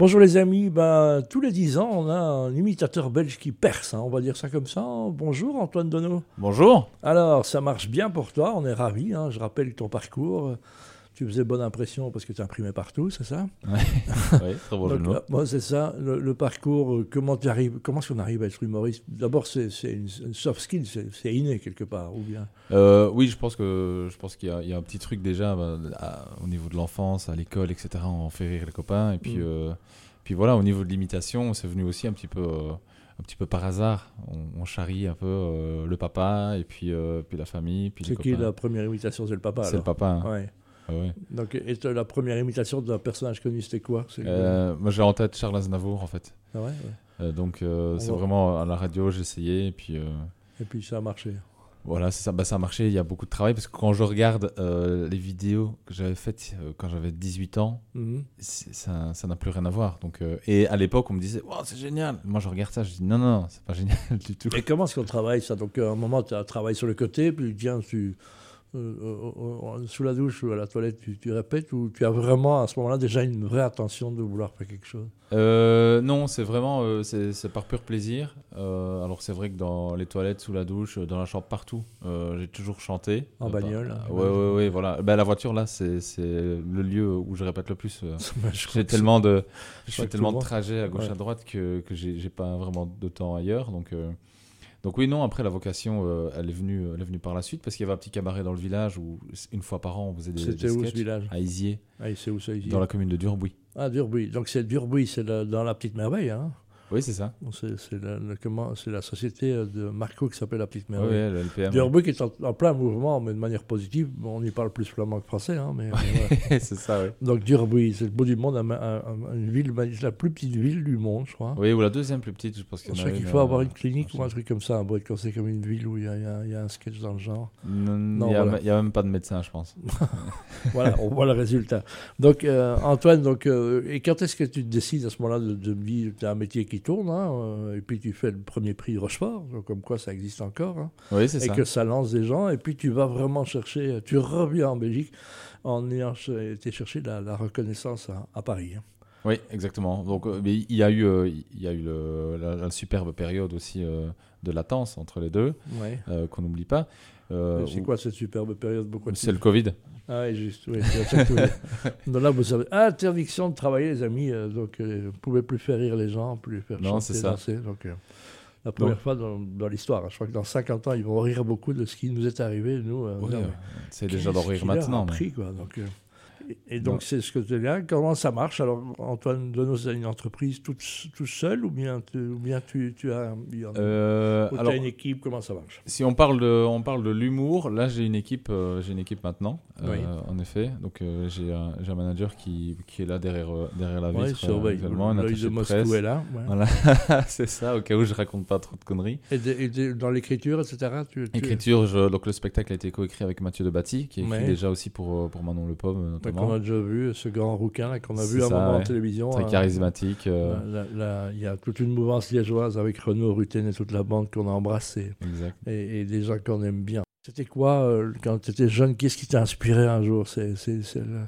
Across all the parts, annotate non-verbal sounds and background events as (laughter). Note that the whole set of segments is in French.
Bonjour les amis, ben, tous les 10 ans on a un imitateur belge qui perce, hein, on va dire ça comme ça. Bonjour Antoine Donneau. Bonjour. Alors ça marche bien pour toi, on est ravis, hein, je rappelle ton parcours. Tu faisais bonne impression parce que tu imprimais partout, c'est ça oui, très bon jeu de Donc, mots. là, moi, c'est ça, le, le parcours, euh, comment tu arrives, comment est-ce qu'on arrive à être humoriste D'abord, c'est c'est une, une soft skill, c'est c'est inné quelque part, ou bien Euh, oui, je pense que je pense qu'il y, a- il y a un petit truc déjà ben, à- au niveau de l'enfance, à l'école, etc. On fait rire les copains et puis Mm. euh, puis voilà, au niveau de l'imitation, c'est venu aussi un petit peu euh, un petit peu par hasard. On, on charrie un peu euh, le papa et puis euh, puis la famille, puis les C'est qui copains. la première imitation C'est le papa, C'est le alors papa. hein. Ouais. Ah ouais. Donc, et toi, la première imitation d'un personnage connu, c'était quoi C'est- Euh, moi, j'ai en tête Charles Aznavour en fait. Ah ouais, ouais. Euh, donc euh, On c'est voit. vraiment à la radio, j'ai essayé et puis. euh, Et puis ça a marché. Voilà, c'est ça, Bah, ça a marché, il y a beaucoup de travail parce que quand je regarde euh, les vidéos que j'avais faites euh, quand j'avais 18 ans, Mhm. c'est- ça ça n'a plus rien à voir. Donc, euh, et à l'époque, on me disait, Wow, c'est génial. Moi, je regarde ça, je dis, non, non, c'est pas génial (laughs) du tout. Et comment est-ce qu'on travaille ça Donc, euh, à un moment, tu as travaillé sur le côté, puis tiens, tu. euh, euh, euh, sous la douche ou à la toilette, tu, tu répètes ou tu as vraiment à ce moment-là déjà une vraie intention de vouloir faire quelque chose Euh, non, c'est vraiment, euh, c'est c'est par pur plaisir. Euh, alors, c'est vrai que dans les toilettes, sous la douche, euh, dans la chambre, partout, euh, j'ai toujours chanté. En par- bagnole, hein, Ah bah, ouais, ouais, ouais, voilà. Bah, la voiture, là, c'est c'est le lieu où je répète le plus. euh, Je crois J'ai que tellement de, je crois que fais tout tellement le de monde- trajets à gauche ouais. à droite que, que j'ai j'ai pas vraiment de temps ailleurs. Donc, euh, donc oui, non, après la vocation, euh, elle, est venue, elle est venue par la suite parce qu'il y avait un petit cabaret dans le village où une fois par an on faisait des, des C'était où ce sketchs village à Izier, Ah, c'est où ça ici dans la commune de Durbuy. Ah, Durbuy. Donc c'est Durbuy, c'est la- dans la petite merveille. Hein. Oui, c'est ça. Bon, C'est c'est la, la- comment- c'est la société euh, de Marco qui s'appelle la petite Oui, merveille. le LPM. Durbuy qui est en, en plein mouvement, mais de manière positive. Bon, on y parle plus flamand que français, hein, mais mais voilà. (laughs) c'est ça, oui. Donc Durbuy, c'est le bout du monde, un- un- un- une ville, ma- la plus petite ville du monde, je crois. Oui, ou la deuxième plus petite, je pense qu'il Je y en crois a qu'il une, faut euh, avoir une clinique un ou un truc comme ça, hein, un boîte comme c'est comme une ville où il y a, il y a- il y a un sketch dans le genre. Non, Non, il y a, voilà. il y a même pas de médecin, je pense. Voilà, on voit le résultat. Donc euh, Antoine, donc, euh, et quand est-ce que tu te décides à ce moment-là de, de me dire tu as un métier qui tourne, hein, euh, et puis tu fais le premier prix Rochefort, donc comme quoi ça existe encore, hein, Oui, c'est et ça. que ça lance des gens, et puis tu vas vraiment chercher, tu reviens en Belgique en ayant ch- été chercher la, la reconnaissance à, à Paris. hein. Oui, exactement. Donc, euh, mais il y a eu, euh, il y a eu le- la, la superbe période aussi euh, de latence entre les deux. Ouais. euh, qu'on n'oublie pas. Euh, C'est où- quoi cette superbe période beaucoup de C'est le Covid. Ah oui, juste, oui, c'est ça que je voulais (laughs) dire. Donc là, vous avez interdiction de travailler, les amis. euh, donc, euh, vous ne pouvez plus faire rire les gens, plus faire Non, chanter, c'est ça. danser. Donc, euh, la première Donc- fois dans, dans l'histoire. hein. Je crois que dans 50 ans, ils vont rire beaucoup de ce qui nous est arrivé, nous. euh, Ouais, non, euh, mais c'est déjà d'en qu'est-ce rire qu'il leur a maintenant. mais- appris, quoi, donc, euh, et, et Non. donc, c'est ce que tu viens. Comment ça marche Alors, Antoine Donneau, c'est une entreprise toute, tout seul ou bien, tu, ou bien tu, tu as, il y en a- Euh, ou t'as alors, une équipe Comment ça marche si on parle de, on parle de l'humour, là j'ai une équipe, euh, j'ai une équipe maintenant, euh, Oui. en effet. Donc euh, j'ai un, j'ai un manager qui, qui est là derrière, euh, derrière la vitre. Oui, euh, surveille. actuellement, un L'œil attaché de de Moscou presse. est là. ouais. Voilà, (laughs) c'est ça. Au cas où je raconte pas trop de conneries. Et, de- et de- dans l'écriture, etc. Tu, tu- Écriture, je- donc le spectacle a été coécrit avec Mathieu Debati, qui écrit Ouais. déjà aussi pour euh, pour Manon Le Pomme euh, Ouais, notamment. qu'on a déjà vu, ce grand rouquin là, qu'on a C'est vu à un ça, moment en ouais. télévision. Très hein. charismatique. euh, Là, là, là, Il y a toute une mouvance liégeoise avec Renaud, Rutten et toute la bande qu'on a embrassée Exact. et, et des gens qu'on aime bien. C'était quoi euh, quand tu étais jeune Qu'est-ce qui t'a inspiré un jour C'est c'est- c'est le,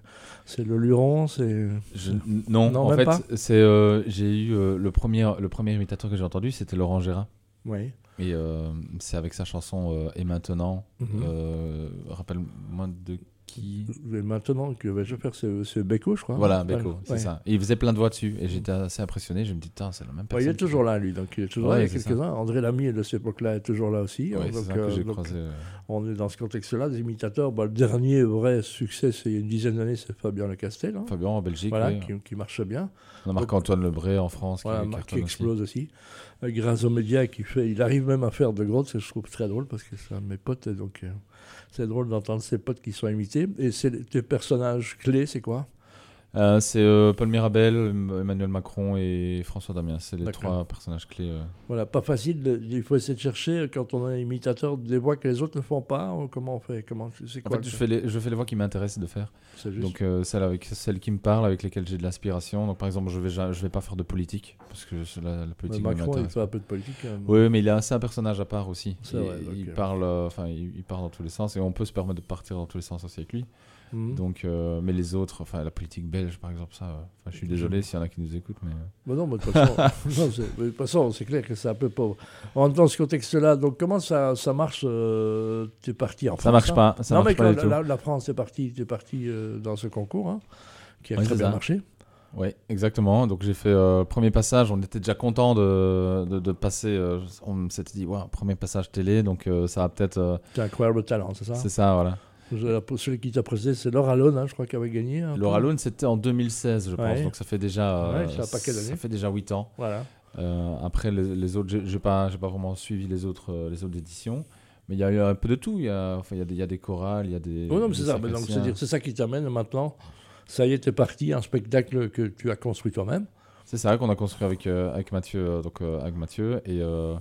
c'est le Luron c'est... Je- n- non, Non, en même fait, pas c'est euh, j'ai eu euh, le premier le premier imitateur que j'ai entendu, c'était Laurent Gérard. Oui. Et euh, c'est avec sa chanson euh, Et maintenant, Mhm. euh, rappelle-moi de qui. Mais Euh, Maintenant, que vais-je faire C'est c'est Beko, je crois. Voilà, Ouais. Beko, Ah, c'est Ouais. Mmh. ça. Et il faisait plein de voix dessus, et j'étais assez impressionné. Je me dis, putain, c'est la même Ouais, personne. il est toujours là, lui. Donc, il est toujours Ouais, là. Il y c'est a ça. quelques-uns. André Lamy de cette époque-là est toujours là aussi. hein. Ouais, c'est donc, ça que euh, j'ai donc, croisé. euh. On est dans ce contexte-là, des imitateurs. Bah, le dernier vrai succès, c'est il y a une dizaine d'années, c'est Fabien Le Castel, hein. Fabien en Belgique, voilà, ouais. qui, qui marche bien, on a Marc-Antoine Lebray en France, voilà, qui, qui, cartonne aussi. explose aussi. Euh, Grâce aux médias, qui fait, il arrive même à faire de grosses, je trouve très drôle parce que c'est un de mes potes, et donc euh, c'est drôle d'entendre ses potes qui sont imités. Et c'est tes personnages clés, c'est quoi Euh, c'est euh, Paul Mirabel, Emmanuel Macron et François Damien. C'est les D'accord. trois personnages clés. euh. Voilà, pas facile. de- il faut essayer de chercher euh, quand on est imitateur des voix que les autres ne font pas. ou comment on fait Comment c'est En quoi fait, le- je fais, les, je fais les voix qui m'intéressent de faire. c'est juste- Donc euh, celles avec celles qui me parlent, avec lesquelles j'ai de l'aspiration. Donc par exemple, je vais ja- je vais pas faire de politique parce que je- la, la Mais politique ne Macron, il m'intéresse. fait un peu de politique. quand même. Oui, mais il est assez un personnage à part aussi. C'est Il, vrai, il euh, ok. parle, euh, enfin, il, il part dans tous les sens et on peut se permettre de partir dans tous les sens aussi avec lui. Mhm. Donc, euh, mais les autres, enfin la politique belge par exemple, ça, euh, enfin, je suis désolé s'il y en a qui nous écoutent, mais euh, Bah non, mais de toute (laughs) façon, (laughs) non, c'est- mais de toute façon, c'est clair que c'est un peu pauvre. En même temps, ce contexte-là, donc comment ça, ça marche euh, T'es parti en France ça marche hein pas, ça non, mais marche pas quand du la, tout. la- la France est partie, t'es parti euh, dans ce concours hein, qui a Oui, très c'est bien ça. marché. Ouais, exactement. Donc j'ai fait euh, premier passage. On était déjà content de, de, de passer. euh, on s'était dit, ouais, premier passage télé, donc euh, ça va peut-être. euh, C'est un incroyable talent, c'est ça hein. c'est ça, voilà. Je- la- Celui qui t'a précédé, c'est Laura Lone, hein, je crois qu'elle avait gagné. un peu. Laura Lone, c'était en 2016, je pense. Ouais. Donc ça fait déjà. euh, Ouais, ça a pas quelle année fait déjà 8 ans. Voilà. Euh, après les, les autres, j'ai j'ai pas, j'ai pas vraiment suivi les autres, euh, les autres éditions. Mais il y a eu un peu de tout. Il y a, enfin, il y a des, il y a des chorales, il y a des. Oui, Oh non, mais des c'est ça. mais donc, circassiens. c'est-à-dire, c'est ça qui t'amène maintenant. Ça y est, t'es parti, un spectacle que tu as construit toi-même. C'est ça qu'on a construit avec, euh, avec Mathieu, euh, donc euh, avec Mathieu, et euh,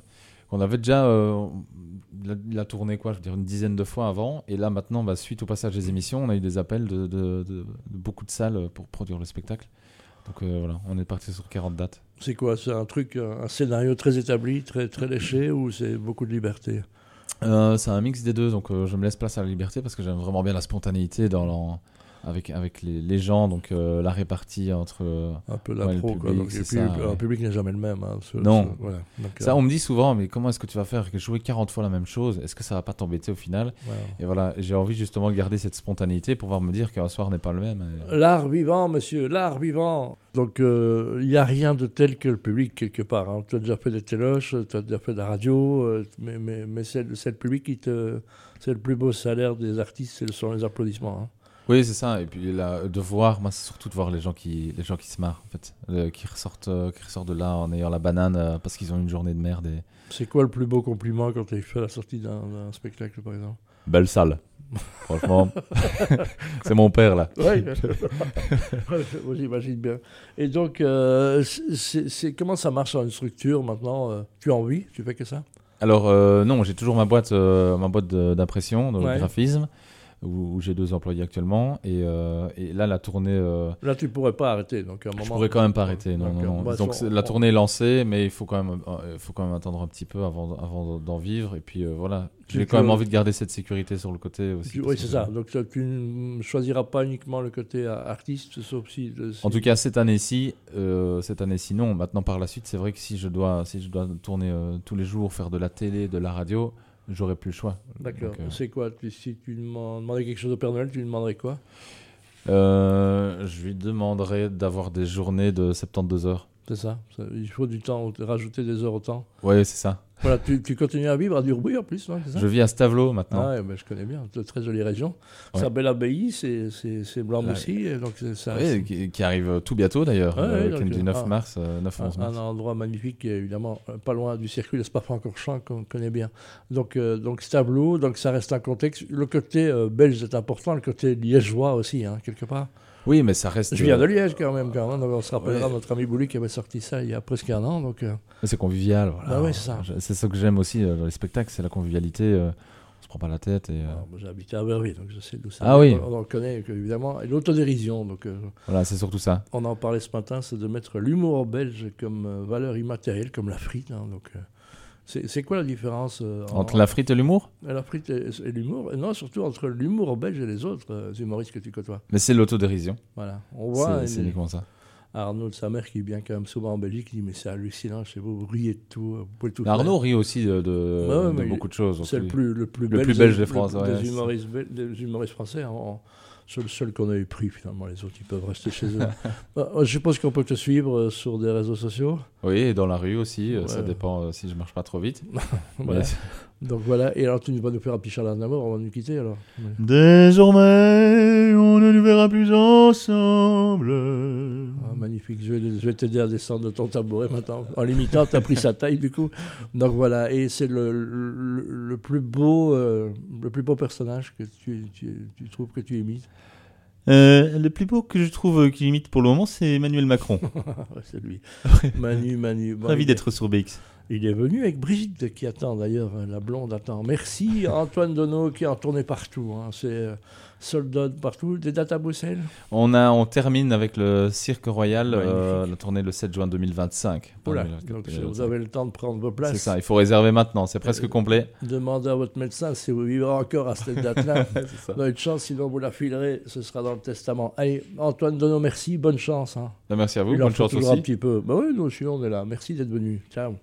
qu'on avait déjà euh, la, la tournée quoi, je veux dire une dizaine de fois avant, et là maintenant, bah, suite au passage des émissions, on a eu des appels de, de- de- de beaucoup de salles pour produire le spectacle. Donc euh, voilà, on est parti sur 40 dates. C'est quoi C'est un truc, un scénario très établi, très, très léché, ou c'est beaucoup de liberté Euh, c'est un mix des deux, donc euh, je me laisse place à la liberté parce que j'aime vraiment bien la spontanéité dans l'en- avec avec les, les gens, donc euh, la répartie entre euh, Un peu Ouais, la le pro, quoi. public, Donc, et puis, c'est ça, le ouais. public n'est jamais le même. hein, ce- Non. ce- voilà. Donc, ça, euh, on me dit souvent, mais comment est-ce que tu vas faire que jouer 40 fois la même chose Est-ce que ça va pas t'embêter au final voilà. Et voilà, j'ai envie justement de garder cette spontanéité pour pouvoir me dire qu'un soir n'est pas le même. Et- L'art vivant, monsieur, l'art vivant. Donc, euh, il n'y a rien de tel que le public, quelque part. hein. Tu as déjà fait des téloches, tu as déjà fait de la radio, euh, mais, mais, mais c'est, le- c'est le public qui te. C'est le plus beau salaire des artistes, ce sont les applaudissements. hein. Oui, c'est ça. Et puis là, de voir, moi, c'est surtout de voir les gens qui, les gens qui se marrent, en fait, Euh, qui ressortent, euh, qui ressortent de là en ayant la banane euh, parce qu'ils ont eu une journée de merde. Et... C'est quoi le plus beau compliment quand tu fais la sortie d'un, d'un spectacle, par exemple Belle salle. Franchement, (laughs) c'est mon père là. (laughs) Oui, j'imagine bien. Et donc, euh, c'est- c'est, c'est- comment ça marche dans une structure maintenant euh, Tu as envie Tu fais que ça Alors euh, non, j'ai toujours ma boîte, euh, ma boîte de- d'impression, de Ouais. graphisme, où, où j'ai deux employés actuellement. Et, euh, et là, la tournée. euh, Là, tu pourrais pas arrêter. Donc, à un Je moment. pourrais quand même pas arrêter, non, Donc, non, non. bah, Donc ça, c'est- on- la tournée est lancée, mais il faut quand même, euh, il faut quand même attendre un petit peu avant, avant d'en vivre. Et puis euh, voilà, Tu j'ai te- quand même envie de garder cette sécurité sur le côté aussi. Tu- parce oui, c'est que- ça. Donc ça, tu ne choisiras pas uniquement le côté euh, artiste, sauf si. de- si- En tout cas, cette année-ci, euh, cette année-ci, non. Maintenant, par la suite, c'est vrai que si je dois, si je dois tourner euh, tous les jours, faire de la télé, de la radio, j'aurais plus le choix. D'accord. Donc, euh, C'est quoi tu- Si tu demandes- demandais quelque chose au Père Noël, tu lui demanderais quoi euh, je lui demanderai d'avoir des journées de 72 heures. C'est ça, Ça- Il faut du temps, au- rajouter des heures au temps. Ouais, c'est ça. Voilà, tu, tu continues à vivre à Durbuy en plus, non, c'est ça Je vis à Stavelot maintenant. Ah, ouais, ben, je connais bien, de très jolie région. Ouais. Sa belle abbaye, c'est, c'est, c'est blanc Ouais. aussi, et donc c'est, c'est un- Ouais, qui, qui arrive euh, tout bientôt d'ailleurs, Ah Ouais, euh, ouais, le donc, week-end du 9 ah. mars, euh, 9 11 un, mars. un endroit magnifique, qui est évidemment euh, pas loin du circuit de Spa-Francorchamps qu'on connaît bien. Donc, euh, donc Stablo, donc ça reste un contexte. Le côté euh, belge est important, le côté liégeois aussi, hein, quelque part. Oui, mais ça reste. Je viens de euh, Liège quand même, quand même. Donc, on se rappellera Ouais. notre ami Bouli qui avait sorti ça il y a presque un an. Donc, euh, C'est convivial. Voilà. Bah ouais, c'est ça. Je- C'est ça que j'aime aussi euh, dans les spectacles, c'est la convivialité. euh, on se prend pas la tête et euh, alors, moi, j'ai habité à Verviers, donc je sais d'où ça Ah vient. oui. On, on en connaît évidemment. Et l'autodérision, donc euh, voilà, c'est surtout ça. on en parlait ce matin, c'est de mettre l'humour belge comme euh, valeur immatérielle, comme la frite. hein, donc, euh, c'est c'est quoi la différence euh, en- Entre la frite et l'humour, Et La frite et, et l'humour, et non, surtout entre l'humour belge et les autres euh, humoristes que tu côtoies. mais c'est l'autodérision. Voilà. On C'est- voit c'est une- uniquement ça. Arnaud de sa mère qui vient quand même souvent en Belgique, qui dit Mais c'est hallucinant chez vous, vous riez de tout, euh, vous pouvez tout Mais Arnaud rit aussi de, de- Bah ouais, de mais beaucoup de choses. faire. C'est le donc, plus, le plus le belge, plus belge de le- France, ouais, des, c'est- humoristes, bel- des humoristes français. hein, on- c'est le seul qu'on a eu pris finalement, les autres ils peuvent rester chez (laughs) eux. Euh, je pense qu'on peut te suivre euh, sur des réseaux sociaux. Oui, et dans la rue aussi, euh, ça Ouais. dépend euh, si je marche pas (laughs) trop vite. Voilà. Mais- Donc voilà, et alors tu vas nous faire un petit chaland d'amour avant de nous quitter alors. Ouais. Désormais, on ne nous verra plus ensemble. Ah, magnifique, je vais, je vais t'aider à descendre de ton tabouret maintenant. En l'imitant, tu as pris sa taille du coup. Donc voilà, et c'est le, le, le plus beau, euh, le plus beau personnage que tu, tu, tu trouves que tu imites. Euh, le plus beau que je trouve euh, qui imite pour le moment, c'est Emmanuel Macron. (laughs) Ouais, c'est lui. Manu, Manu. bon, Ravi Bah, il est- d'être sur BX. Il est venu avec Brigitte qui attend d'ailleurs, euh, la blonde attend. Merci Antoine Donneau qui est en tournée partout. hein. C'est euh, sold out partout. Des dates à Bruxelles On, a, on termine avec le Cirque Royal, Magnifique. euh, la tournée le 7 juin 2025. Pas Oula. 2024, Donc 2025. vous avez le temps de prendre vos euh, C'est places. ça, il faut réserver maintenant, c'est presque Euh, (laughs) complet. Demandez à votre médecin si vous vivez encore à cette (laughs) date-là. Vous avez de chance, sinon vous la filerez, ce sera dans le testament. Allez, Antoine Donneau, merci, bonne chance. hein. Ben, merci à vous, Il en bonne faut chance toujours aussi. un petit peu. Bah oui, nous aussi, on est là. Merci d'être venu. Ciao.